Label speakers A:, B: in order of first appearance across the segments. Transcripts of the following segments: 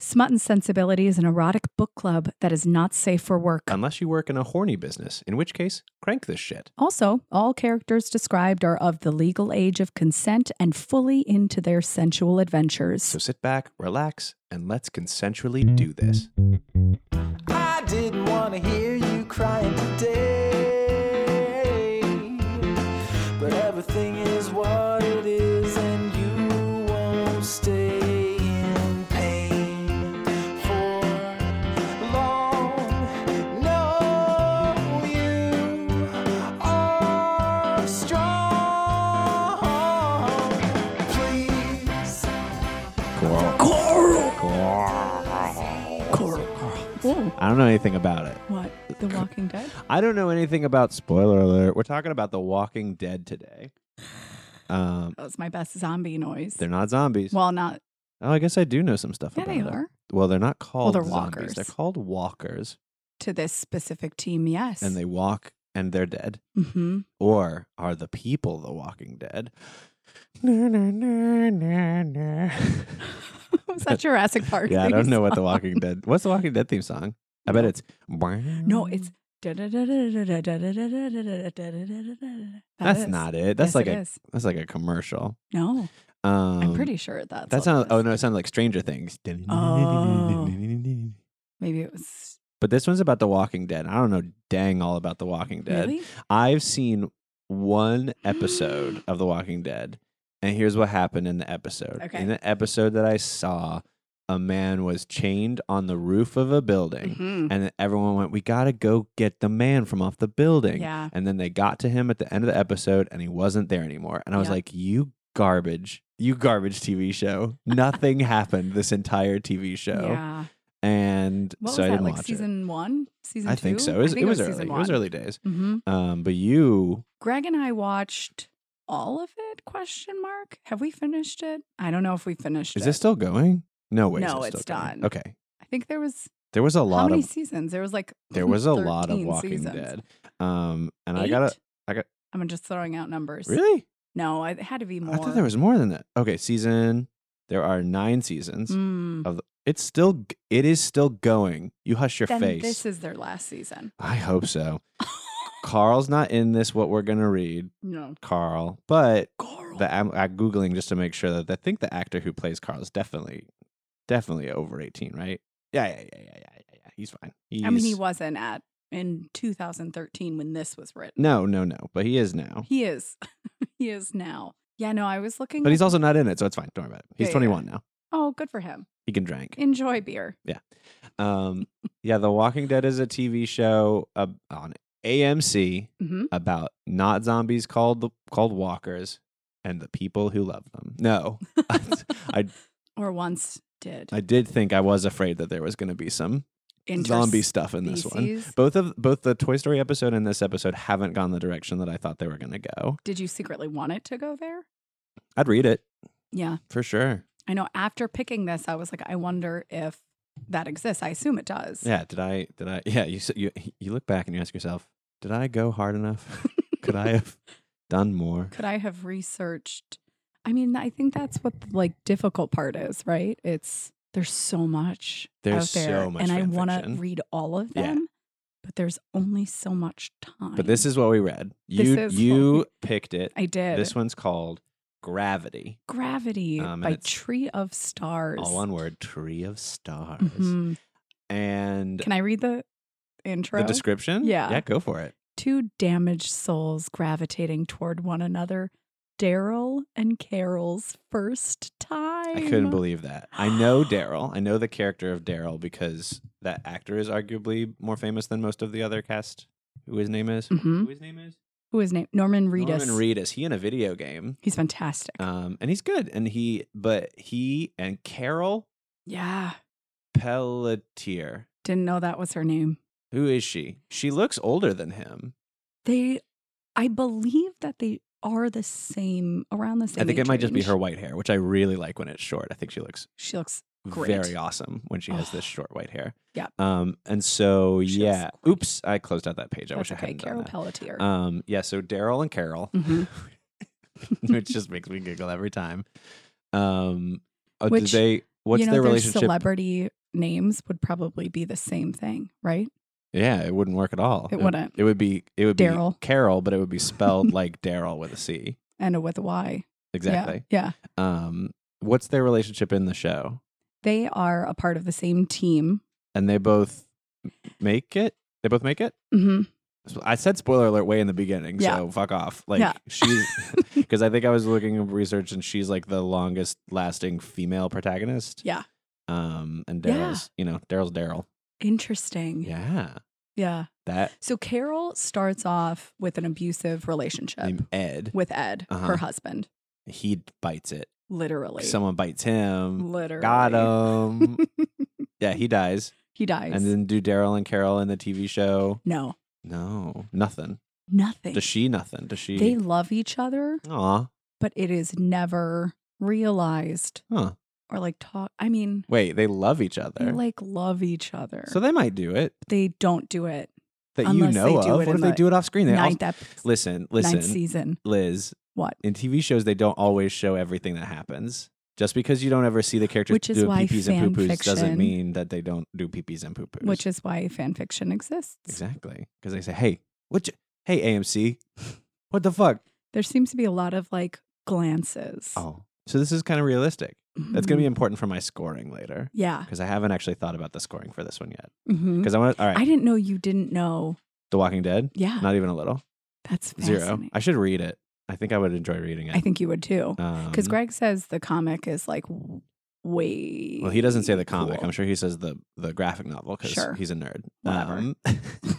A: Smut and Sensibility is an erotic book club that is not safe for work.
B: Unless you work in a horny business, in which case, crank this shit.
A: Also, all characters described are of the legal age of consent and fully into their sensual adventures.
B: So sit back, relax, and let's consensually do this.
C: I didn't want to hear you crying today. But everything is what it is, and you won't stay in pain for long. No, you are strong. Please.
A: Ooh,
B: I don't know anything about it.
A: what? The Walking Dead?
B: I don't know anything about spoiler alert. We're talking about The Walking Dead today. Um,
A: That was my best zombie noise.
B: they're not zombies.
A: well, not.
B: oh, I guess I do know some stuff
A: Yeah,
B: about
A: they
B: it.
A: are.
B: Well, they're not called
A: they're walkers.
B: zombies. They're called walkers,
A: To this specific team, yes.
B: and they walk and they're dead.
A: hmm
B: Or are the people the Walking Dead? Na, na, na, na, na.
A: was that Jurassic Park?
B: yeah, I
A: theme
B: don't know what the
A: song?
B: Walking Dead. What's the Walking Dead theme song? I bet it's
A: No, it's. That
B: that's
A: is.
B: not it.
A: Yes,
B: That's like
A: it
B: a
A: is.
B: that's like a commercial.
A: No,
B: Um,
A: I'm pretty sure that's.
B: That
A: what it
B: sounds.
A: was.
B: Oh no, it sounded like Stranger Things.
A: Oh. Maybe it was.
B: But this one's about The Walking Dead. I don't know dang all about The Walking Dead.
A: Really?
B: I've seen one episode of The Walking Dead, and here's what happened in the episode.
A: Okay.
B: In the episode that I saw, a man was chained on the roof of a building,
A: Mhm.
B: and then everyone went, "We gotta go get the man from off the building."
A: Yeah.
B: And then they got to him at the end of the episode, and he wasn't there anymore. And I was
A: Yeah.
B: like, "You garbage." You garbage TV show. Nothing happened this entire TV show,
A: Yeah.
B: and
A: What was
B: so I
A: that?
B: didn't
A: Like
B: watch it.
A: season one? Season
B: I
A: two?
B: think so. It was, it was early.
A: season
B: It was
A: one.
B: early days.
A: Mhm.
B: Um, but you,
A: Greg and I watched all of it? Question mark. Have we finished it? I don't know if we finished
B: is
A: it.
B: this still going? No way. is
A: No,
B: it
A: it's
B: still going?
A: done.
B: Okay,
A: I think there was
B: there was a
A: how
B: lot
A: many
B: of
A: seasons? There was like
B: there was a lot of
A: 13
B: Walking
A: seasons.
B: Dead. Um, and I
A: Eight?
B: gotta I got-
A: I'm just throwing out numbers.
B: really.
A: No, I- it had to be more.
B: I thought there was more than that. Okay, season. There are nine seasons.
A: Mm.
B: It's still g- it is still going. You hush your
A: Then
B: face.
A: this is their last season.
B: I hope so. Carl's not in this. What we're gonna read,
A: no.
B: Carl, but
A: Carl.
B: the I'm, I'm googling just to make sure that I think the actor who plays Carl is definitely definitely over 18, right? Yeah, yeah, yeah, yeah, yeah, yeah. yeah. He's fine. He's,
A: I mean, he wasn't at in 2013 when this was written.
B: No, no, no, but he is now.
A: He is. he is now. Yeah, no, I was looking.
B: But he's also not in it, so it's fine. Don't worry about it. He's
A: Yeah, yeah,
B: 21 now.
A: oh, good for him.
B: He can drink.
A: Enjoy beer.
B: Um, yeah, The Walking Dead is a TV show uh, on AMC
A: hmm
B: about not zombies called the, called walkers and the people who love them. No, I
A: Or once did.
B: I did think I was afraid that there was going to be some zombie stuff in this one.
A: Interspecies.
B: Both of both the Toy Story episode and this episode haven't gone the direction that I thought they were going to go.
A: Did you secretly want it to go there?
B: I'd read it
A: Yeah.
B: for sure.
A: I know after picking this, I was like, I wonder if that exists. I assume it does.
B: Yeah, did I did I yeah, you s- you you look back and you ask yourself, did I go hard enough? Could I have done more?
A: Could I have researched? I mean, I think that's what the like difficult part is, right? It's there's so much
B: There's
A: out there,
B: so much
A: and I
B: fan
A: want to
B: fiction.
A: read all of
B: Yeah.
A: them, but there's only so much time.
B: But this is what we read.
A: This
B: You
A: is what
B: you
A: we-
B: picked it.
A: I did
B: This one's called Gravity.
A: Gravity
B: Um, and
A: by
B: it's-
A: Tree of Stars.
B: All one word, Tree of Stars.
A: Mhm.
B: And
A: Can I read the intro?
B: the description?
A: Yeah.
B: Yeah, go for it.
A: two damaged souls gravitating toward one another. Daryl and Carol's first time.
B: I couldn't believe that. I know Daryl. I know the character of Daryl because that actor is arguably more famous than most of the other cast. Who his name is?
A: Mhm.
B: Who his name is?
A: Who is named Norman Reedus?
B: Norman Reedus. He in a video game,
A: He's fantastic.
B: um, and he's good. And he, but he and Carol
A: yeah,
B: Pelletier.
A: didn't know that was her name.
B: Who is she? She looks older than him.
A: They, I believe that they are the same around the same.
B: I think it
A: age
B: might just be
A: range.
B: her white hair, which I really like when it's short. I think she looks
A: She looks. Great.
B: very awesome when she has this
A: Oh.
B: short white hair.
A: Yep.
B: Um, and so
A: She looks
B: yeah.
A: great.
B: Oops, I closed out that page. I
A: That's
B: wish I
A: okay.
B: hadn't done
A: Carol
B: that.
A: Pelletier.
B: Um, yeah, so Daryl and Carol,
A: Mhm.
B: which just makes me giggle every time. Um, uh,
A: Which-
B: do they? What's
A: you know,
B: their
A: their
B: relationship?
A: celebrity names would probably be the same thing, right?
B: yeah, it wouldn't work at all.
A: It wouldn't.
B: It would be it would be
A: Daryl.
B: Carol, but it would be spelled like Daryl with a C.
A: And a with a Y. Yeah,
B: Exactly.
A: Yeah.
B: Um, what's their relationship in the show?
A: They are a part of the same team.
B: And they both make it. They both make it.
A: hmm
B: So I said spoiler alert way in the beginning, so fuck off. Like
A: Yeah.
B: she's because I think I was looking up research and she's like the longest lasting female protagonist.
A: Yeah.
B: Um, and
A: Yeah. Mm-hmm.
B: Daryl's, you know, Daryl's Daryl.
A: Interesting.
B: Yeah,
A: Yeah.
B: that
A: So Carol starts off with an abusive relationship
B: named Ed.
A: with Ed,
B: Uh-huh.
A: her husband,
B: He bites it.
A: literally.
B: Someone bites him.
A: literally.
B: Got him. yeah, he dies.
A: He dies.
B: And then do Daryl and Carol in the TV show?
A: no,
B: No, nothing.
A: nothing.
B: Does she nothing? Does she?
A: They love each other,
B: Aw,
A: but it is never realized
B: huh?
A: or like talk. I mean,
B: Wait, they love each
A: they
B: other.
A: like love each other.
B: so they might do it.
A: but they don't do it.
B: that
A: Unless
B: you
A: they
B: know
A: do
B: of.
A: it
B: What
A: in
B: if they
A: the
B: do it off screen? They also-
A: ninth, ep-
B: listen,
A: ninth
B: listen,
A: season.
B: Liz.
A: What?
B: In TV shows, they don't always show everything that happens. Just because you don't ever see the characters
A: Which is
B: doing
A: why
B: peepees
A: fan
B: and poo-poos doesn't
A: fiction-
B: mean that they don't do peepees and poo-poos.
A: Which is why fan fiction exists.
B: exactly because they say, "Hey, what? You, hey, AMC, what the fuck?"
A: There seems to be a lot of like glances.
B: Oh, so this is kind of realistic. That's gonna
A: Mhm.
B: be important for my scoring later
A: Mm-hmm. Yeah.
B: because I haven't actually thought about the scoring for this one yet.
A: hmm
B: Because I want. All right,
A: I didn't know you didn't know.
B: The Walking Dead.
A: Yeah.
B: Not even a little.
A: that's
B: Zero.
A: fascinating.
B: I should read it. I think I would enjoy reading it.
A: I think you would too. Because
B: Um,
A: Greg says the comic is like w- way.
B: Well, he doesn't say the comic.
A: cool.
B: I'm sure he says the the graphic novel because
A: Sure.
B: he's a nerd. Um,
A: Whatever.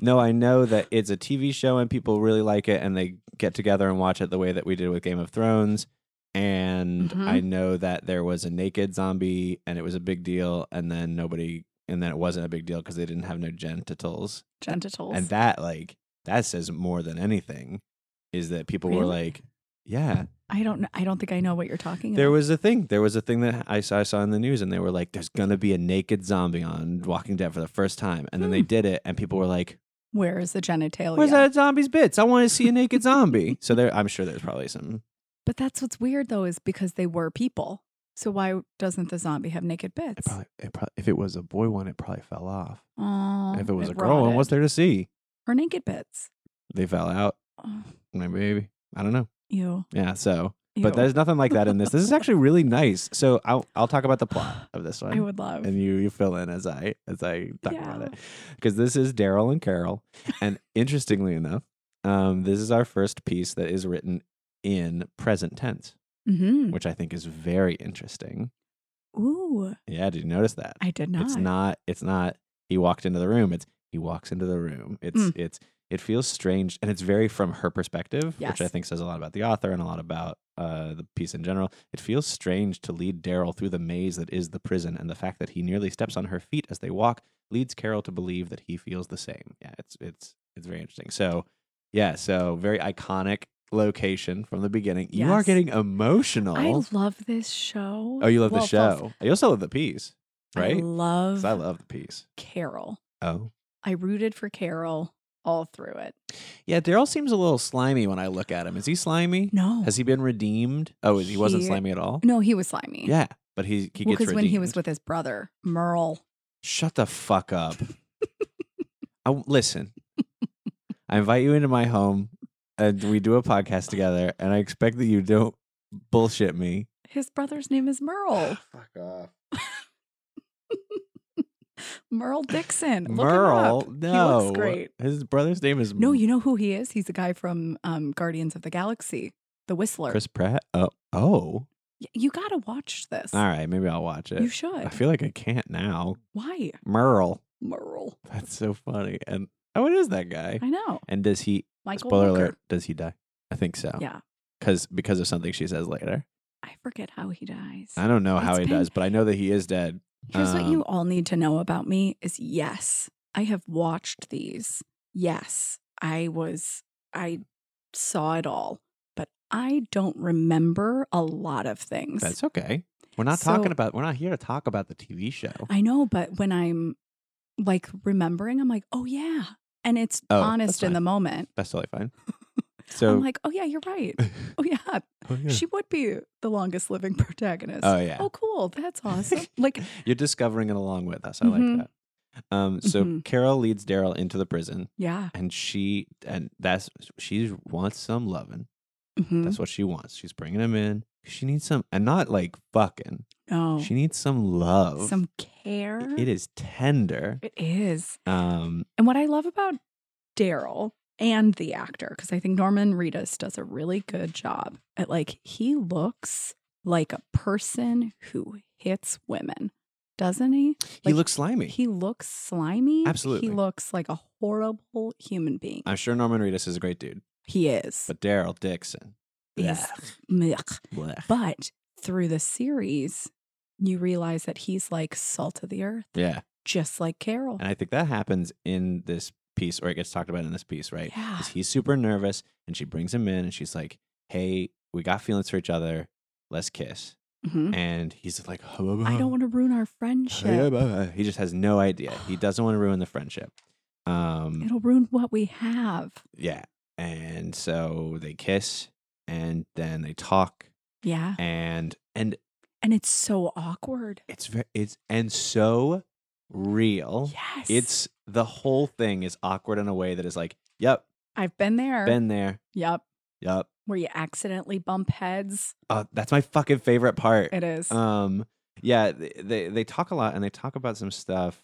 B: no, I know that it's a TV show and people really like it and they get together and watch it the way that we did with Game of Thrones. And
A: Mhm.
B: I know that there was a naked zombie and it was a big deal, and then nobody, and then it wasn't a big deal because they didn't have no genitals.
A: genitals.
B: And that, like, that says more than anything is that people were
A: Really?
B: like, yeah,
A: I don't. kn- I don't think I know what you're talking
B: there
A: about.
B: was a thing. There was a thing that I saw, I saw in the news, and they were like, "There's gonna be a naked zombie on Walking Dead for the first time," and then they
A: Hmm.
B: did it, and people were like,
A: Where is the genitalia?
B: "Where's that zombie's bits? I want to see a naked zombie." So there, I'm sure there's probably some.
A: But that's what's weird though, is because they were people. So why doesn't the zombie have naked
B: It
A: bits?
B: probably, it probably, if it was a boy one, it probably fell off.
A: Aw,
B: if Uh, it was a girl one, what's
A: rotted.
B: there to see?
A: Or naked bits.
B: They fell out.
A: Oh,
B: Maybe, maybe. I don't know.
A: ew,
B: Yeah. So,
A: ew.
B: but there's nothing like that in this. This is actually really nice. So I'll I'll talk about the plot of this one.
A: I would love.
B: and you you fill in as I as I talk about
A: Yeah.
B: it because this is Daryl and Carol, and interestingly enough, um, this is our first piece that is written in present tense,
A: hmm
B: which I think is very interesting.
A: Ooh,
B: Yeah, did you notice that?
A: I did not.
B: It's not. It's not. He walked into the room. It's he walks into the room. It's
A: Mm.
B: it's it feels strange, and it's very from her perspective,
A: Yes.
B: which I think says a lot about the author and a lot about uh, the piece in general. It feels strange to lead Daryl through the maze that is the prison, and the fact that he nearly steps on her feet as they walk leads Carol to believe that he feels the same. Yeah, it's it's it's very interesting. So yeah, so very iconic location from the beginning. You are
A: Yes.
B: getting emotional.
A: I love this show.
B: oh, you love
A: Well,
B: the
A: both.
B: show. You also love the piece, right?
A: I love,
B: 'Cause I love the piece.
A: Carol.
B: Oh.
A: I rooted for Carol all through it.
B: Yeah, Daryl seems a little slimy when I look at him. Is he slimy?
A: No,
B: Has he been redeemed? Oh, is- he wasn't
A: He-
B: slimy at all?
A: no, he was slimy.
B: Yeah, but he he gets
A: because
B: redeemed.
A: when he was with his brother Merle,
B: Shut the fuck up. I, listen, I invite you into my home and we do a podcast together, and I expect that you don't bullshit me.
A: his brother's name is Merle.
B: Fuck off.
A: Merle Dixon. Look him
B: Merle,
A: up.
B: no.
A: he looks great.
B: His brother's name is
A: No, you know who he is? He's a guy from um, Guardians of the Galaxy, the Whistler.
B: Chris Pratt. Oh, oh.
A: Y- you gotta watch this.
B: All right, maybe I'll watch it.
A: You
B: I
A: should.
B: feel like I can't now.
A: Why
B: Merle.
A: Merle?
B: That's so funny. And oh, what is that guy?
A: I know
B: And does he?
A: Michael.
B: spoiler
A: Rooker.
B: alert. Does he die? I think so.
A: Yeah,
B: Because because of something she says later.
A: I forget how he dies.
B: I don't know how
A: It's
B: he
A: been-
B: does, but I know that he is dead.
A: Here's what
B: Um,
A: you all need to know about me is yes, I have watched these. Yes, I was I saw it all, but I don't remember a lot of things.
B: That's okay. We're not
A: So-
B: talking about. We're not here to talk about the TV show.
A: I know, but when I'm like remembering, I'm like, "Oh yeah." And it's
B: Oh, that's
A: honest in
B: fine.
A: the moment.
B: That's totally fine. So
A: I'm like, oh yeah, you're right. Oh yeah,
B: Oh, yeah.
A: she would be the longest living protagonist.
B: Oh, yeah.
A: Oh cool, that's awesome. like
B: You're discovering it along with us. I
A: Mhm.
B: like that. Um, so
A: Mhm.
B: Carol leads Daryl into the prison,
A: yeah,
B: and she and that's she wants some loving.
A: Mhm.
B: That's what she wants. She's bringing him in. She needs some, and not like fucking.
A: no,
B: She needs some love.
A: Oh. some care.
B: It is tender.
A: It is.
B: Um,
A: And what I love about Daryl and the actor, because I think Norman Reedus does a really good job at like, he looks like a person who hits women, doesn't he?
B: he
A: Like,
B: looks slimy.
A: He looks slimy.
B: Absolutely.
A: He looks like a horrible human being.
B: I'm sure Norman Reedus is a great dude,
A: he is.
B: but Daryl Dixon.
A: He's-
B: Blech,
A: Blech.
B: blech.
A: But through the series, you realize that he's like salt of the earth,
B: yeah,
A: just like Carol.
B: and I think that happens in this piece, or it gets talked about in this piece, right?
A: Yeah.
B: 'Cause he's super nervous and she brings him in and she's like, Hey, we got feelings for each other. Let's kiss.
A: Mhm.
B: And he's like,
A: I don't want to ruin our friendship.
B: to. uh, He just has no idea. He doesn't want to ruin the friendship. Um,
A: It'll ruin what we have.
B: yeah. And so they kiss and then they talk
A: Yeah.
B: and, and
A: And it's so awkward.
B: it's, very, it's, and so real.
A: Yes.
B: It's the whole thing is awkward in a way that is like, Yep,
A: I've been there.
B: been there.
A: Yep.
B: Yep.
A: Where you accidentally bump heads.
B: Uh, that's my fucking favorite part.
A: It is.
B: um yeah th- they they talk a lot and they talk about some stuff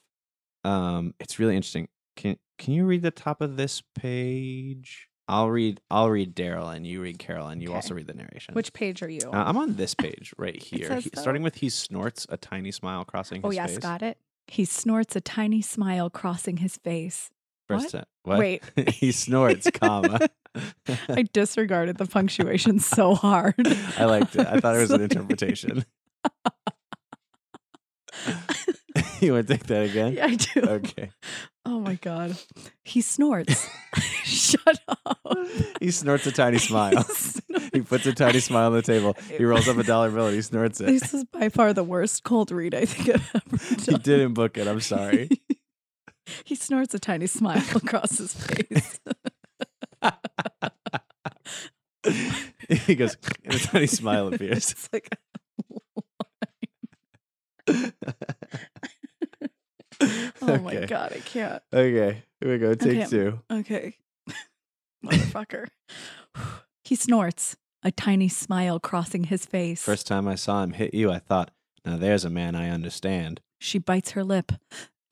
B: um it's really interesting can can you read the top of this page i'll read i'll read daryl and you read carol and you
A: Okay.
B: also read the narration
A: Which page are you?
B: uh, i'm on this page right here
A: says
B: He-
A: so.
B: starting with he snorts a tiny smile crossing
A: oh
B: his
A: yes,
B: face
A: got it. He snorts a tiny smile crossing his face.
B: first
A: What?
B: sen- what?
A: Wait.
B: he snorts comma
A: I disregarded the punctuation so hard.
B: I liked it. I thought it was an
A: like-
B: interpretation. you want to take that again?
A: Yeah, I do.
B: Okay.
A: Oh my god. He snorts. Shut up.
B: He snorts a tiny smile.
A: snor-
B: He puts a tiny smile on the table. He rolls up a dollar bill and he snorts it.
A: This is by far the worst cold read I think I've ever done.
B: He didn't book it. I'm sorry.
A: he snorts a tiny smile across his face.
B: He goes, and a tiny smile appears.
A: It's like, oh my
B: Okay.
A: god, I can't.
B: Okay, here we go. Take
A: Okay.
B: two.
A: Okay, motherfucker. he snorts, a tiny smile crossing his face.
B: First time I saw him hit you, I thought, now there's a man I understand.
A: she bites her lip,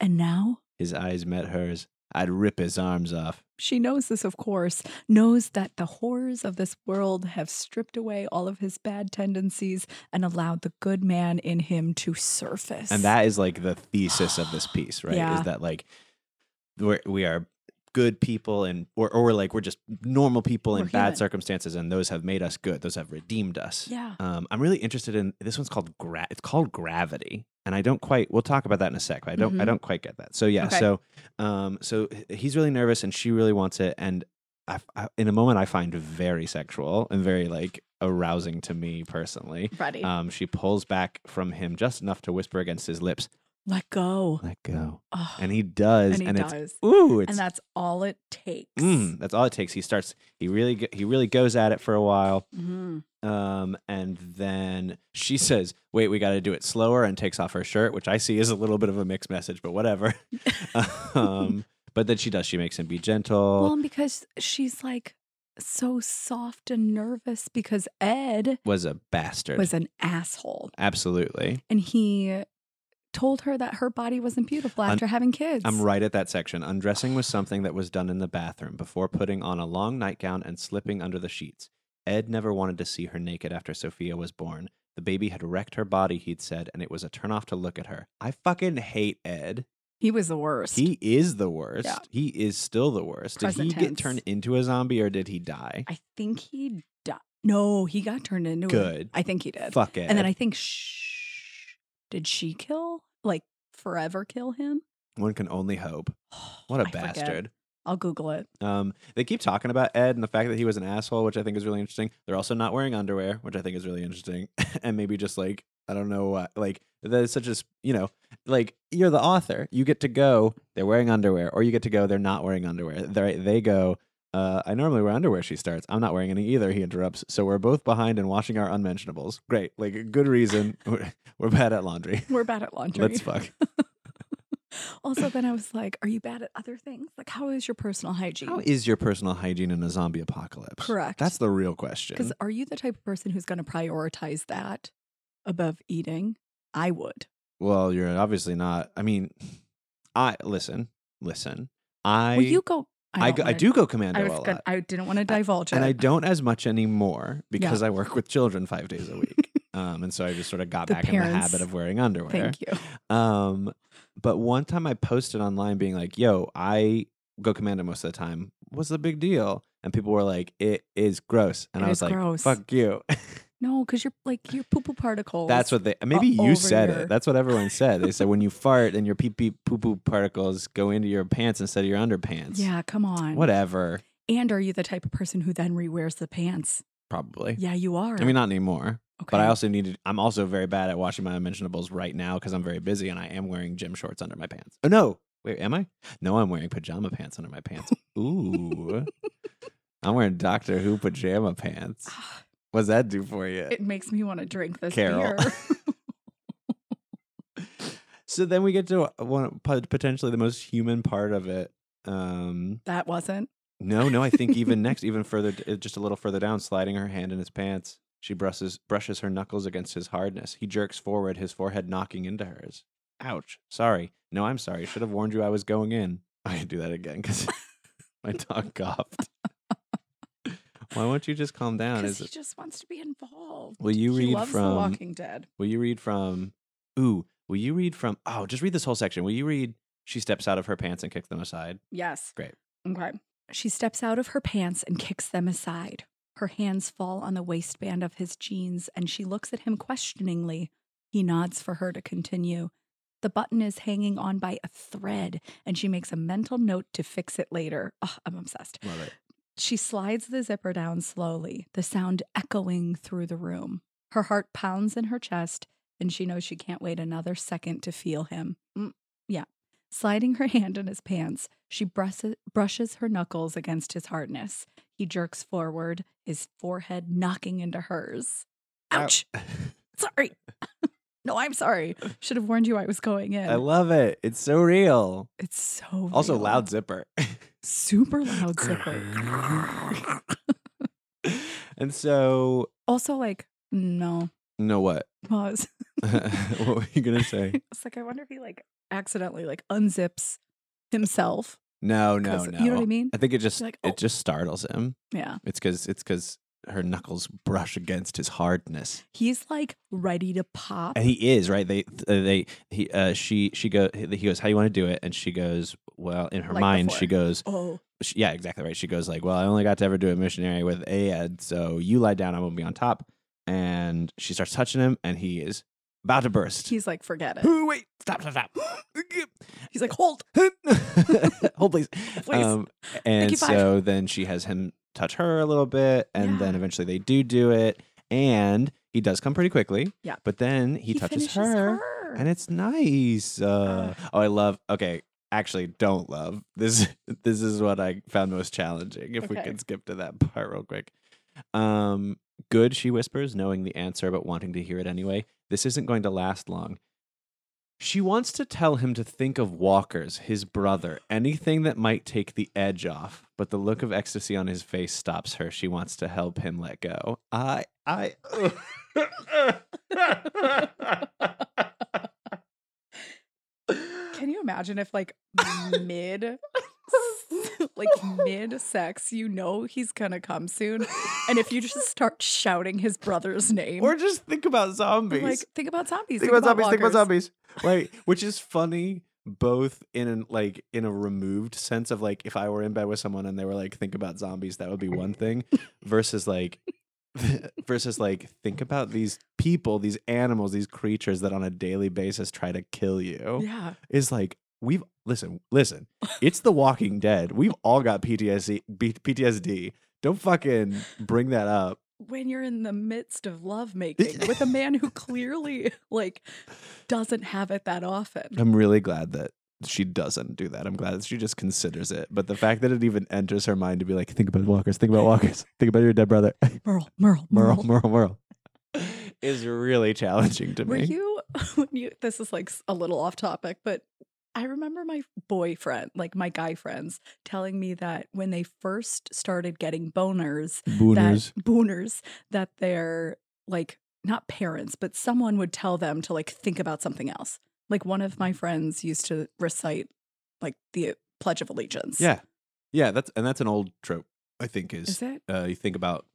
A: and now
B: His eyes met hers. I'd rip his arms off.
A: she knows this, of course. Knows that the horrors of this world have stripped away all of his bad tendencies and allowed the good man in him to surface.
B: And that is like the thesis of this piece, right?
A: Yeah.
B: Is that like we're, we are good people and or, or we're like we're just normal people in
A: We're
B: bad
A: human.
B: circumstances and those have made us good. Those have redeemed us.
A: yeah.
B: Um, I'm really interested in this one's called gra- it's called gravity. And I don't quite we'll talk about that in a sec. but I don't I
A: Mhm.
B: don't quite get that. So yeah,
A: Okay.
B: so um so h- he's really nervous and she really wants it and I, I, in a moment I find very sexual and very like arousing to me personally.
A: Ready.
B: Um, she pulls back from him just enough to whisper against his lips,
A: Let go.
B: "Let go,"
A: Oh,
B: and he does, and,
A: and he
B: it's
A: does.
B: ooh, it's
A: and that's all it takes.
B: mm, that's all it takes. He starts, he really, go- he really goes at it for a while,
A: Mhm.
B: um, and then she says, "Wait, we got to do it slower," and takes off her shirt, which I see is a little bit of a mixed message, but whatever. um, but then she does. She makes him be gentle.
A: Well, and because she's like so soft and nervous because Ed
B: was a bastard.
A: was an asshole
B: Absolutely.
A: and he told her that her body wasn't beautiful
B: I'm-
A: after having kids.
B: I'm right at that section. Undressing was something that was done in the bathroom before putting on a long nightgown and slipping under the sheets. Ed never wanted to see her naked after Sophia was born. The baby had wrecked her body, he'd said, and it was a turnoff to look at her. I fucking hate Ed.
A: He was the worst.
B: He is the worst. He is still the worst. did
A: Present
B: he get
A: tense.
B: turned into a zombie or did he die?
A: I think he died. No, he got turned into a-
B: Good.
A: I think he did.
B: Fuck Ed.
A: and then I think, shh, did she kill, like forever kill him?
B: One can only hope. What a
A: I forget.
B: bastard.
A: I'll Google it.
B: Um, they keep talking about Ed and the fact that he was an asshole, which I think is really interesting. They're also not wearing underwear, which I think is really interesting, and maybe just like I don't know what, like that is such as you know, like you're the author, you get to go. They're wearing underwear, or you get to go. They're not wearing underwear. They they go. Uh, I normally wear underwear, she starts. I'm not wearing any either, he interrupts. So we're both behind and washing our unmentionables. Great. Like, good reason. We're, we're bad at laundry.
A: We're bad at laundry.
B: Let's fuck.
A: also, then I was like, are you bad at other things? Like, how is your personal hygiene?
B: How is your personal hygiene in a zombie apocalypse?
A: Correct.
B: That's the real question.
A: Because are you the type of person who's going to prioritize that above eating? I would.
B: Well, you're obviously not. I mean, I listen, listen. I
A: well, you go.
B: I,
A: don't
B: go- I
A: wanna-
B: do go commando
A: I,
B: a
A: was
B: lot,
A: gonna, I didn't want to divulge
B: and
A: it.
B: I don't as much anymore because I work with children five days a week, um, and so I just sort of got
A: The
B: back in the
A: parents.
B: habit of wearing underwear.
A: Thank you.
B: Um, but one time I posted online being like, "Yo, I go commando most of the time. What's the big deal?" And people were like, "It is gross," and
A: It
B: I
A: is
B: was like,
A: gross.
B: "Fuck you."
A: No, because you're like your poo poo particles.
B: That's what they. Maybe you
A: over
B: said
A: your-
B: it. That's what everyone said. They said when you fart and your pee pee poo poo particles go into your pants instead of your underpants.
A: Yeah, come on.
B: Whatever.
A: And are you the type of person who then rewears the pants?
B: Probably.
A: Yeah, you are.
B: I mean, not anymore.
A: okay.
B: But I also needed. I'm also very bad at washing my unmentionables right now because I'm very busy and I am wearing gym shorts under my pants. Oh no! Wait, am I? No, I'm wearing pajama pants under my pants. Ooh. I'm wearing Doctor Who pajama pants.
A: Ah,
B: What's that do for you?
A: it makes me want to drink this
B: uh, Carol.
A: beer.
B: so then we get to one potentially the most human part of it. Um,
A: that wasn't.
B: No, no. I think even next, even further, d- uh, just a little further down, sliding her hand in his pants, she brushes brushes her knuckles against his hardness. He jerks forward, his forehead knocking into hers. Ouch! Sorry. No, I'm sorry. Should have warned you I was going in. I can do that again because my dog coughed. Why won't you just calm down?
A: Because
B: Is
A: he
B: it,
A: just wants to be involved.
B: will you
A: he
B: read
A: loves The
B: from?
A: Walking Dead.
B: Will you read from? Ooh. Will you read from? Oh, just read this whole section. Will you read? She steps out of her pants and kicks them aside.
A: Yes.
B: Great.
A: Okay. She steps out of her pants and kicks them aside. Her hands fall on the waistband of his jeans and she looks at him questioningly. He nods for her to continue. The button is hanging on by a thread and she makes a mental note to fix it later. Ugh, I'm obsessed.
B: Love it.
A: She slides the zipper down slowly, the sound echoing through the room. Her heart pounds in her chest, and she knows she can't wait another second to feel him. Mm, yeah. Sliding her hand in his pants, she brushes, brushes her knuckles against his hardness. He jerks forward, his forehead knocking into hers.
B: Ow.
A: Ouch! Sorry. no, I'm sorry. Should have warned you I was going in.
B: I love it. It's so real.
A: it's so
B: Also,
A: real.
B: loud zipper.
A: super loud zipper.
B: and so,
A: Also, like no
B: no, what?
A: pause.
B: what were you gonna say?
A: It's like I wonder if he like accidentally like unzips himself.
B: No, no,
A: 'Cause-
B: no.
A: you know what I mean?
B: I think it just
A: like, oh.
B: it just startles him.
A: Yeah.
B: It's because it's because her knuckles brush against his hardness,
A: He's like ready to pop.
B: and he is right. They uh, they he uh she she go he goes how you want to do it, and she goes well in her
A: Like
B: mind
A: before.
B: she goes
A: oh,
B: she, yeah, exactly right. She goes like, "Well, I only got to ever do a missionary with Ed, so you lie down, I'm gonna be on top." And she starts touching him, and he is about to burst.
A: he's like, forget it.
B: "Ooh, wait, stop, stop, stop.
A: He's like, hold.
B: Hold please. Um,
A: Please.
B: and
A: you, five.
B: so then she has him touch her a little bit, and then
A: Yeah.
B: eventually they do do it, and he does come pretty quickly.
A: Yeah.
B: but then he, touches
A: finishes
B: her, and it's nice. Uh, oh, I love. Okay, actually, don't love this. This is what I found most challenging. If we
A: Okay.
B: can skip to that part real quick. Um, good, she whispers, knowing the answer but wanting to hear it anyway. This isn't going to last long. She wants to tell him to think of Walker's, his brother, anything that might take the edge off, but the look of ecstasy on his face stops her. She wants to help him let go. I, I.
A: Can you imagine if like mid like mid sex, you know he's gonna come soon. And if you just start shouting his brother's name,
B: or just think about zombies.
A: like think about zombies.
B: think about zombies. Think about
A: walkers.
B: zombies. Like, which is funny, both in an, like in a removed sense of like if I were in bed with someone and they were like, think about zombies, that would be one thing, versus like, versus like, think about these people, these animals, these creatures that on a daily basis try to kill you.
A: Yeah.
B: Is like we've listen, listen. It's The Walking Dead. We've all got PTSD. B- PTSD. Don't fucking bring that up.
A: when you're in the midst of lovemaking with a man who clearly like doesn't have it that often.
B: I'm really glad that she doesn't do that. I'm glad that she just considers it. But the fact that it even enters her mind to be like, think about walkers, think about walkers, think about your dead brother,
A: Merle, Merle,
B: Merle, Merle, Merle, is really challenging to
A: Were
B: me.
A: you when you this is like s- a little off topic, but I remember my boyfriend, like my guy friends, telling me that when they first started getting boners,
B: Booners.
A: that booners that their like not parents, but someone would tell them to like think about something else. Like one of my friends used to recite like the Pledge of Allegiance.
B: Yeah, yeah. That's and that's an old trope. I think is,
A: Is it?
B: uh, you think about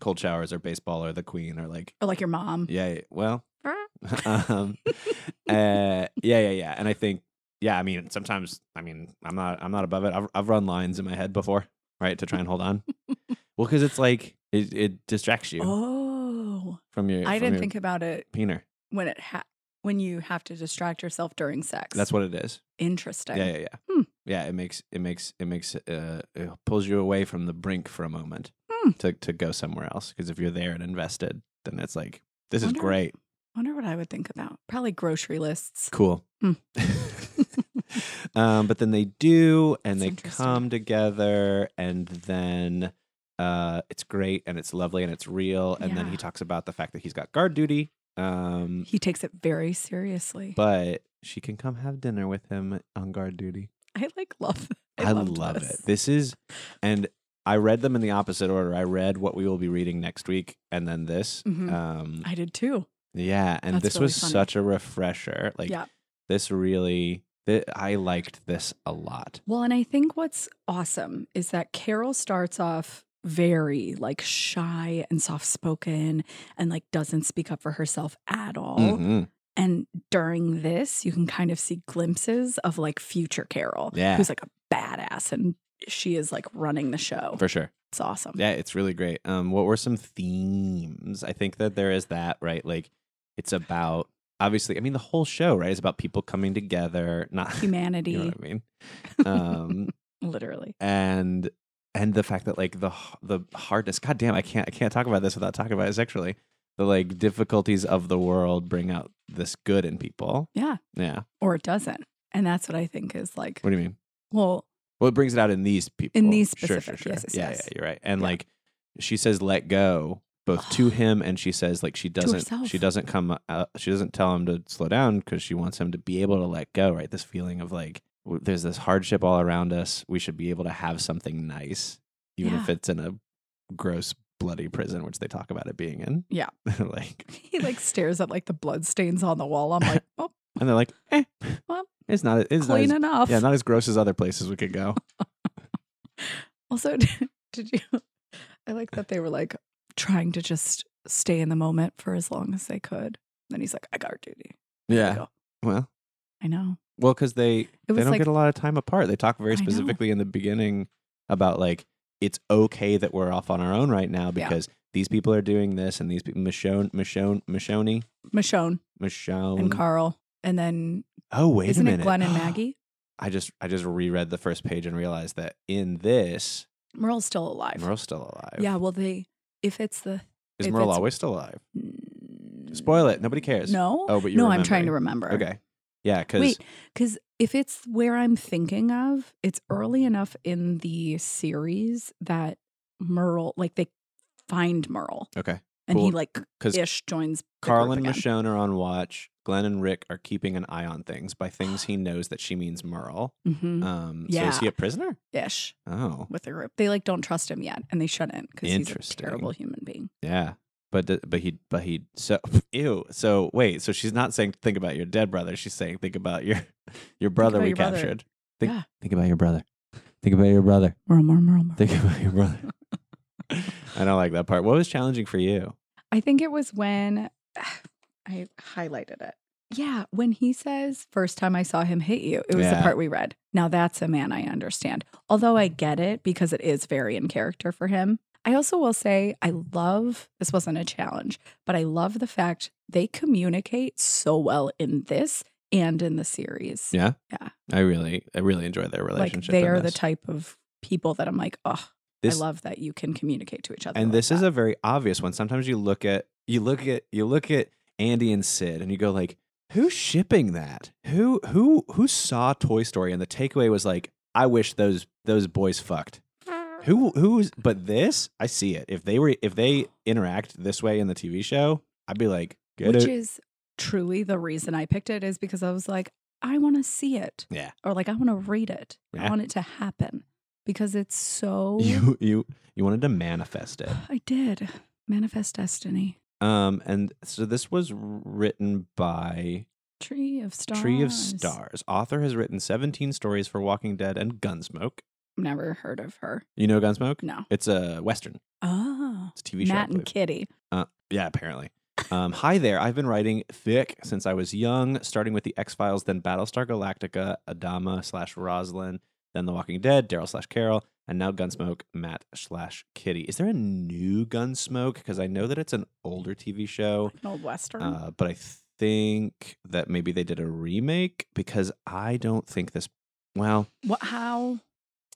B: cold showers or baseball or the queen or like
A: Or Oh, like your mom.
B: yeah. yeah, Well, um, uh, yeah, yeah, yeah. And I think yeah. I mean, sometimes I mean, I'm not I'm not above it. I've I've run lines in my head before, right, to try and hold on. well, because it's like it, it distracts you
A: Oh.
B: from your.
A: I
B: from
A: didn't
B: your
A: think about it
B: peener.
A: when it ha- when you have to distract yourself during sex.
B: That's what it is.
A: interesting.
B: Yeah, yeah, yeah.
A: Hmm.
B: Yeah, it makes it makes it makes uh, it pulls you away from the brink for a moment
A: Hmm.
B: to to go somewhere else. Because if you're there and invested, then it's like this is
A: Wonder-
B: great,
A: Wonder what I would think about. Probably grocery lists.
B: cool.
A: Hmm.
B: um, but then they do, and
A: That's
B: they
A: interesting.
B: come together, and then uh, it's great, and it's lovely, and it's real. And then
A: Yeah.
B: he talks about the fact that he's got guard duty. Um,
A: He takes it very seriously.
B: but she can come have dinner with him on guard duty.
A: I like love.
B: I,
A: loved
B: love
A: this.
B: it. This is, and I read them in the opposite order. I read what we will be reading next week, and then this.
A: Mhm.
B: Um,
A: I did too.
B: yeah, and
A: That's
B: this
A: really
B: was
A: funny.
B: such a refresher. Like
A: yeah.
B: this really, th- I liked this a lot.
A: Well, and I think what's awesome is that Carol starts off very like shy and soft spoken and like doesn't speak up for herself at all.
B: Mhm.
A: And during this, you can kind of see glimpses of like future Carol,
B: Yeah.
A: who's like a badass and she is like running the show.
B: for sure.
A: It's awesome.
B: Yeah, it's really great. Um, what were some themes? I think that there is that right. Like, it's about obviously. I mean, the whole show right is about people coming together. Not
A: Humanity,
B: you know what I mean. Um,
A: literally.
B: and and the fact that like the h- the hardness god damn i can't i can't talk about this without talking about it sexually the like difficulties of the world bring out this good in people
A: Yeah.
B: yeah
A: Or it doesn't. And that's what I think is like,
B: what do you mean
A: well,
B: well it brings it out in these people
A: these
B: sure sure
A: specific-
B: sure
A: yes, yes,
B: yeah
A: yes.
B: yeah you're right and
A: Yeah.
B: like she says let go both to him and she says like she doesn't
A: herself.
B: she doesn't come uh, she doesn't tell him to slow down because she wants him to be able to let go right this feeling of like w- there's this hardship all around us we should be able to have something nice even if it's in a gross bloody prison which they talk about it being in
A: Yeah.
B: like
A: he like stares at like the bloodstains on the wall. I'm like, oh,
B: and they're like eh,
A: Well,
B: it's not it's not
A: clean
B: as,
A: enough.
B: yeah not as gross as other places we could go
A: also, did you? I like that they were like trying to just stay in the moment for as long as they could. Then he's like, I got duty.
B: yeah
A: go.
B: well
A: I know.
B: Well, because they they
A: was
B: don't
A: like-
B: get a lot of time apart. They talk
A: I
B: very
A: know.
B: specifically in the beginning about like it's okay that we're off on our own right now
A: Yeah.
B: because these people are doing this and these people Michonne Michonne Michonne
A: Michonne
B: Michonne.
A: and Carl. And then
B: oh wait
A: isn't
B: a
A: it
B: minute,
A: Glenn and Maggie?
B: I just I just reread the first page and realized that in this
A: Merle's still alive.
B: Merle's still alive.
A: Yeah, well, they if it's the
B: is
A: if
B: Merle
A: it's-
B: always still alive? Spoil it. Nobody cares.
A: No,
B: Oh, but you
A: no, I'm trying to remember.
B: Okay. Yeah, because
A: wait, because if it's where I'm thinking of, it's early enough in the series that Merle, like they find Merle,
B: okay,
A: and he
B: Cool.
A: like
B: because
A: ish joins the
B: Carl
A: group
B: and
A: again.
B: Michonne are on watch. Glenn and Rick are keeping an eye on things. By things, he knows that she means Merle.
A: Mhm.
B: Um, So
A: Yeah.
B: is he a prisoner?
A: ish
B: Oh,
A: with the group. They like don't trust him yet, and they shouldn't because he's a
B: Interesting.
A: terrible human being.
B: yeah. But th- but he but he so ew. So wait. So she's not saying think about your dead brother. She's saying think about your your brother
A: about
B: we
A: your brother.
B: captured. Think
A: Yeah.
B: think about your brother. Think about your brother.
A: Merle, Merle, Merle, Merle.
B: Think about your brother. I don't like that part. What was challenging for you?
A: I think it was when I highlighted it. Yeah, when he says, first time I saw him hit you, it was the
B: Yeah.
A: part we read. Now that's a man I understand. Although I get it because it is very in character for him. I also will say, I love this wasn't a challenge, but I love the fact they communicate so well in this and in the series.
B: Yeah.
A: Yeah.
B: I really I really enjoy their
A: Like
B: relationship.
A: they
B: in
A: are the
B: this.
A: type of people that I'm like, oh,
B: This-
A: I love that you can communicate to each other.
B: and
A: like
B: this is
A: that.
B: a very obvious one sometimes you look at you look at you look at andy and sid and you go like Who's shipping that? Who who who saw Toy Story and the takeaway was like, I wish those those boys fucked. Who who's but this? I see it. If they were if they interact this way in the TV show, I'd be like, good.
A: Which is truly the reason I picked it is because I was like, I want to see it.
B: Yeah.
A: Or like I want to read it.
B: Yeah.
A: I want it to happen because it's so
B: you you you wanted to manifest it.
A: I did. Manifest destiny.
B: Um and so this was written by
A: Tree of stars.
B: Tree of Stars. Author has written 17 stories for Walking Dead and Gunsmoke.
A: Never heard of her.
B: You know Gunsmoke?
A: No.
B: It's a western.
A: Oh.
B: It's a TV show. I
A: Matt and
B: believe.
A: Kitty.
B: Yeah, apparently. Um, hi there. I've been writing thick since I was young, starting with the X Files, then Battlestar Galactica, Adama slash Roslyn, then The Walking Dead, Daryl slash Carol, and now Gunsmoke, Matt slash Kitty. Is there a new Gunsmoke? Because I know that it's an older TV show,
A: An old western.
B: uh, but I think that maybe they did a remake because I don't think this. Well,
A: what how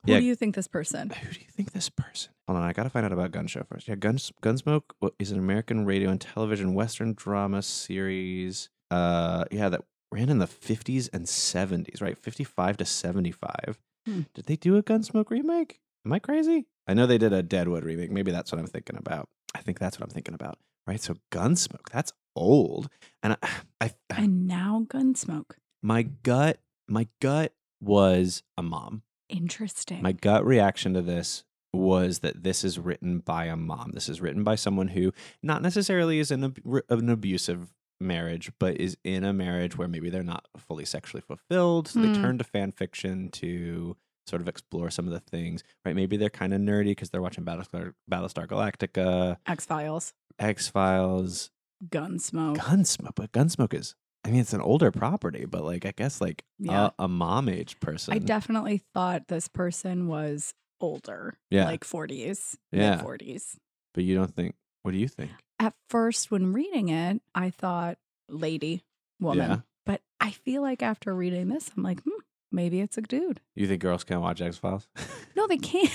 A: who
B: yeah.
A: do you think this person?
B: who do you think this person? Hold on, I gotta find out about Gun Show first. Yeah, Guns Gunsmoke wa- is an American radio and television western drama series. Uh, yeah, that ran in the fifties and seventies, right? Fifty-five to seventy-five.
A: Hmm.
B: Did they do a Gunsmoke remake? Am I crazy? I know they did a Deadwood remake. Maybe that's what I'm thinking about. I think that's what I'm thinking about. Right? So Gunsmoke, that's old, and I, I,
A: And now Gunsmoke.
B: my gut, my gut was a mom.
A: Interesting.
B: My gut reaction to this was that this is written by a mom. This is written by someone who not necessarily is in a, an abusive marriage, but is in a marriage where maybe they're not fully sexually fulfilled. So
A: Hmm.
B: they turn to fan fiction to sort of explore some of the things, right? Maybe they're kind of nerdy because they're watching Battlestar, Battlestar Galactica,
A: X Files.
B: X Files,
A: Gunsmoke.
B: Gunsmoke. But Gunsmoke is, I mean, it's an older property, but like, I guess like
A: Yeah.
B: a, a mom age person.
A: I definitely thought this person was older.
B: Yeah.
A: Like forties.
B: Yeah.
A: Forties.
B: but you don't think, what do you think?
A: At first when reading it, I thought lady, woman.
B: Yeah.
A: But I feel like after reading this, I'm like, hmm, maybe it's a dude.
B: You think girls can watch X Files?
A: No, they can't.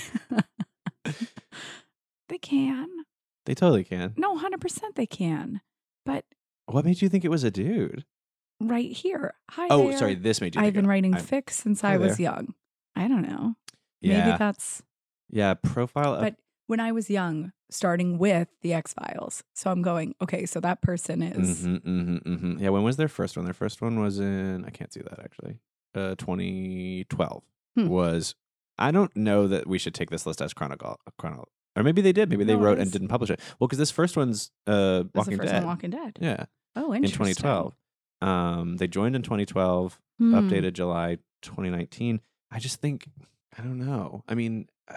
A: they can.
B: they totally can.
A: No, 100% they can. But
B: What made you think it was a dude?
A: right here. Hi
B: oh,
A: there.
B: sorry, this made you.
A: I've
B: think
A: been
B: it-
A: writing
B: I'm-
A: fic since
B: Hi
A: I was young. I don't know.
B: Yeah,
A: Maybe that's
B: yeah. Profile. of-
A: But when I was young, starting with the X Files. So I'm going, okay, so that person is
B: Mhm, mhm, mhm. Yeah. When was their first one? Their first one was in. I can't see that actually. Uh, 2012
A: Hmm.
B: was. I don't know that we should take this list as chronicle. Chrono, or maybe they did. Maybe they
A: No, it
B: wrote and
A: is.
B: didn't publish it. Well, because this first one's uh,
A: is the
B: Walking
A: first
B: Dead.
A: one Walking Dead.
B: yeah,
A: Oh,
B: in
A: interesting.
B: 2012. Um, they joined in 2012.
A: Hmm.
B: updated July 2019. I just think I don't know. I mean, uh,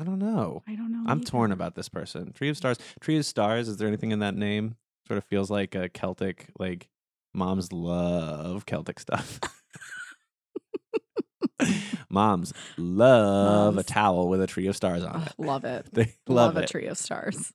B: I don't know.
A: I don't know.
B: I'm
A: either.
B: torn about this person. Tree of Stars. Tree of Stars. Is there anything in that name? Sort of feels like a Celtic. Like moms love Celtic stuff. moms love a
A: Moms.
B: towel with a tree of stars on
A: Ugh,
B: it.
A: love it.
B: They love,
A: a
B: it.
A: trio of stars.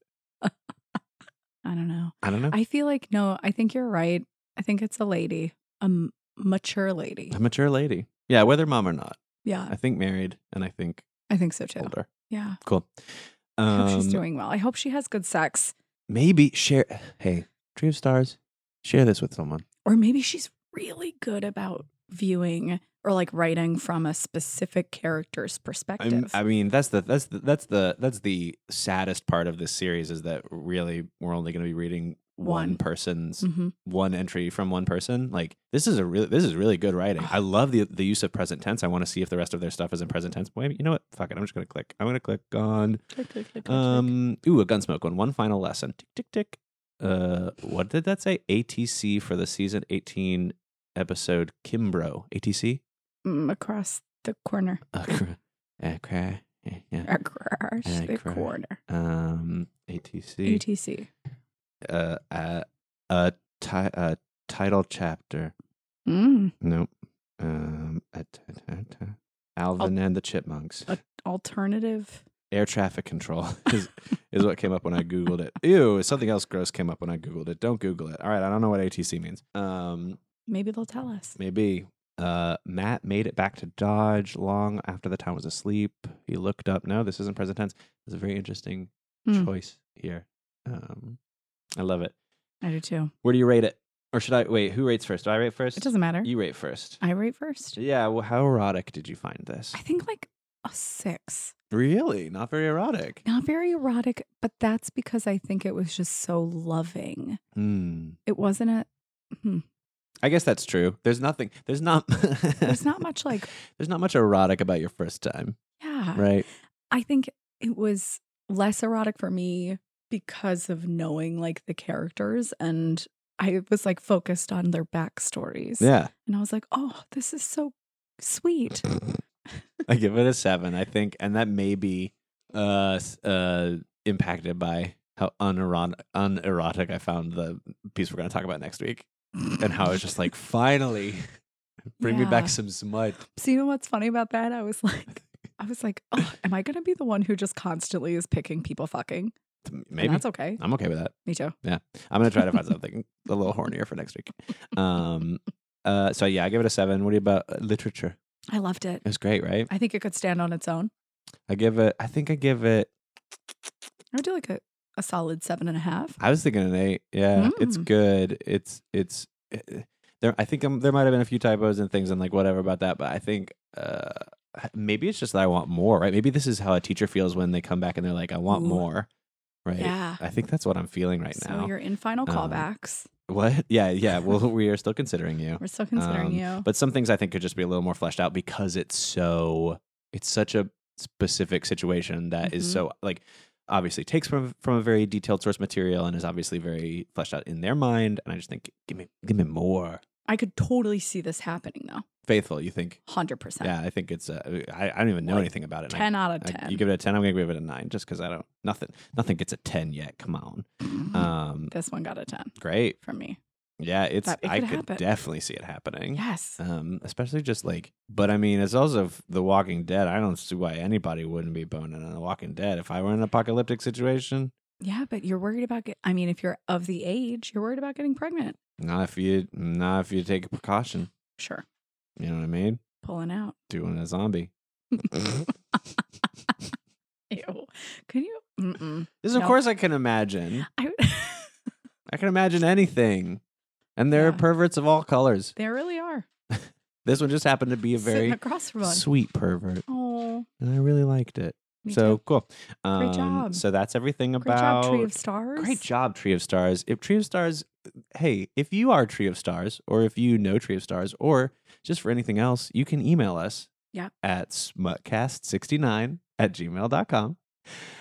A: I don't know.
B: I don't know.
A: I feel like no, I think you're right. I think it's a lady, a m- mature lady.
B: a mature lady. Yeah, whether mom or not.
A: Yeah,
B: I think married and I think
A: I think so too.
B: older.
A: Yeah.
B: Cool.
A: I hope she's
B: Um,
A: doing well. I hope she has good sex.
B: maybe share hey tree of stars share this with someone
A: Or maybe she's really good about viewing or like writing from a specific character's perspective.
B: i mean that's the that's the, that's the that's the saddest part of this series is that really we're only going to be reading one,
A: One.
B: person's
A: Mhm.
B: one entry from one person like this is a really this is really good writing
A: Ah.
B: i love the the use of present tense i want to see if the rest of their stuff is in present tense wait you know what fuck it i'm just going to click i'm going to click on
A: Click, click, click, click, click.
B: um ooh a gunsmoke one one final lesson tick tick tick uh what did that say atc for the season 18 episode kimbro atc
A: Mm, across the corner.
B: Uh, cr- uh, cra- yeah, yeah.
A: Across the
B: Across.
A: corner.
B: Um, ATC.
A: ATC.
B: Uh, uh, a ti- uh, title chapter.
A: Mm.
B: Nope. Um, a t- t- t- Alvin and the Chipmunks.
A: A- Alternative.
B: Air traffic control is is what came up when I googled it. Ew, something else gross came up when I googled it. Don't Google it. All right, I don't know what ATC means. Um,
A: Maybe they'll tell us.
B: Maybe. Uh, Matt made it back to Dodge long after the town was asleep. He looked up. No, this isn't present tense. It's a very interesting
A: Hmm.
B: choice here. Um, I love it.
A: I do too.
B: Where do you rate it? Or should I wait? Who rates first? Do I rate first?
A: It doesn't matter.
B: You rate first.
A: I rate first.
B: Yeah. Well, how erotic did you find this?
A: I think like a six.
B: Really, not very erotic.
A: Not very erotic, but that's because I think it was just so loving.
B: Hmm.
A: It wasn't a. Hmm.
B: I guess that's true. There's nothing. There's not.
A: There's not much like.
B: There's not much erotic about your first time,
A: Yeah.
B: right?
A: I think it was less erotic for me because of knowing like the characters and I was like focused on their backstories.
B: Yeah.
A: And I was like, oh, this is so sweet.
B: I give it a seven, I think, and that may be uh s- uh impacted by how unerotic, unerotic I found the piece we're going to talk about next week, and how I was just like, finally, bring me
A: Yeah.
B: back some smut.
A: So you know what's funny about that? I was like, I was like, oh, am I gonna be the one who just constantly is picking people fucking?
B: Maybe
A: And that's okay.
B: I'm okay with that.
A: Me too.
B: I'm gonna try to find something a little hornier for next week. Um, uh, so yeah, I give it a seven. What do you about uh, literature?
A: I loved it.
B: It was great, right?
A: I think it could stand on its own.
B: I give it. I think I give it.
A: I would do like a, a solid seven and a half.
B: I was thinking an eight. Yeah, it's
A: Mm.
B: good. It's it's eh, there. I think um there might have been a few typos and things and like whatever about that, but I think uh, maybe it's just that I want more, right? Maybe this is how a teacher feels when they come back and they're like, "I want
A: Ooh.
B: more," right?
A: Yeah.
B: I think that's what I'm feeling right
A: so
B: now.
A: you're in final
B: Um,
A: callbacks.
B: What? Yeah, yeah. Well, we are still considering you.
A: We're still considering
B: um,
A: you.
B: but some things I think could just be a little more fleshed out because it's so it's such a specific situation that is
A: Mhm.
B: so like obviously takes from from a very detailed source material and is obviously very fleshed out in their mind and I just think give me give me more
A: I could totally see this happening though.
B: faithful you think
A: 100%.
B: yeah I think it's uh, I, I don't even know
A: Like,
B: anything about it and I-
A: 10 out of
B: I-
A: 10.
B: you give it a 10 I'm going to give it a 9 just cuz I don't nothing nothing gets a 10 yet come on um
A: Mm-hmm. this one got a 10
B: great
A: from me.
B: yeah it's
A: That- it
B: I
A: could
B: could
A: happen.
B: definitely see it happening
A: Yes.
B: um, especially just like. But I mean, it's also f- The Walking Dead. I don't see why anybody wouldn't be boning on The Walking Dead. If I were in an apocalyptic situation,
A: Yeah, but you're worried about get, I mean if you're of the age, you're worried about getting pregnant.
B: not if you, not if you take a precaution.
A: Sure.
B: You know what I mean?
A: Pulling out.
B: Doing a zombie. this,
A: Ew. Can you Mm-mm.
B: of
A: No.
B: course, I can imagine.
A: I
B: I can imagine anything. And there are
A: Yeah.
B: perverts of all colors.
A: They really are.
B: This one just happened to be a
A: sitting
B: very
A: across from us.
B: sweet pervert,
A: Oh.
B: and I really liked it.
A: me
B: so
A: too.
B: cool. Um,
A: job.
B: So that's everything
A: great
B: about
A: job Tree of Stars.
B: Great job, Tree of Stars. If Tree of Stars, hey, if you are Tree of Stars, or if you know Tree of Stars, or just for anything else, you can email us
A: Yeah.
B: at smutcast69 at gmail.com.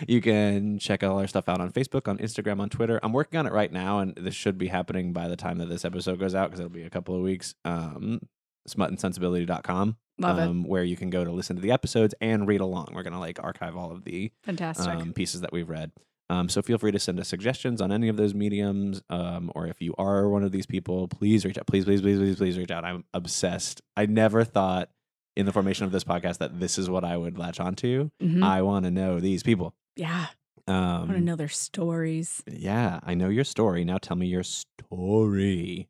B: You can check all our stuff out on Facebook, on Instagram, on Twitter. I'm working on it right now, and this should be happening by the time that this episode goes out because it'll be a couple of weeks. Um, smutandsensibility.com,
A: Love it.
B: um, where you can go to listen to the episodes and read along. We're going to like archive all of the
A: Fantastic.
B: um, pieces that we've read. Um, so feel free to send us suggestions on any of those mediums, um, or if you are one of these people, please reach out. Please, please, please, please, please reach out. I'm obsessed. I never thought in the formation of this podcast that this is what I would latch onto.
A: Mhm.
B: I want to know these people.
A: yeah. I want to
B: Um,
A: know their stories.
B: yeah, I know your story. Now tell me your story.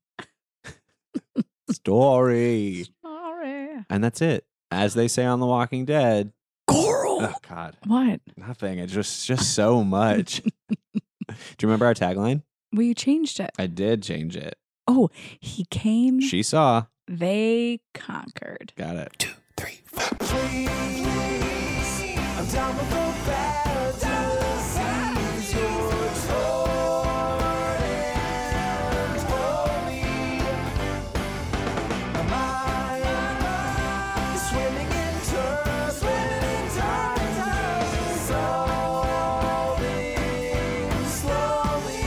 B: story,
A: Sorry.
B: and that's it. As they say on The Walking Dead.
A: Coral.
B: Oh God,
A: what?
B: nothing. It's just just so much. Do you remember our tagline?
A: Well, you changed it. Oh,
B: I did change it.
A: He came.
B: She saw.
A: they conquered.
B: Got it.
C: I'm down with the battles. Your sword and for me. My mind swimming in turns, swimming in turns, solving slowly.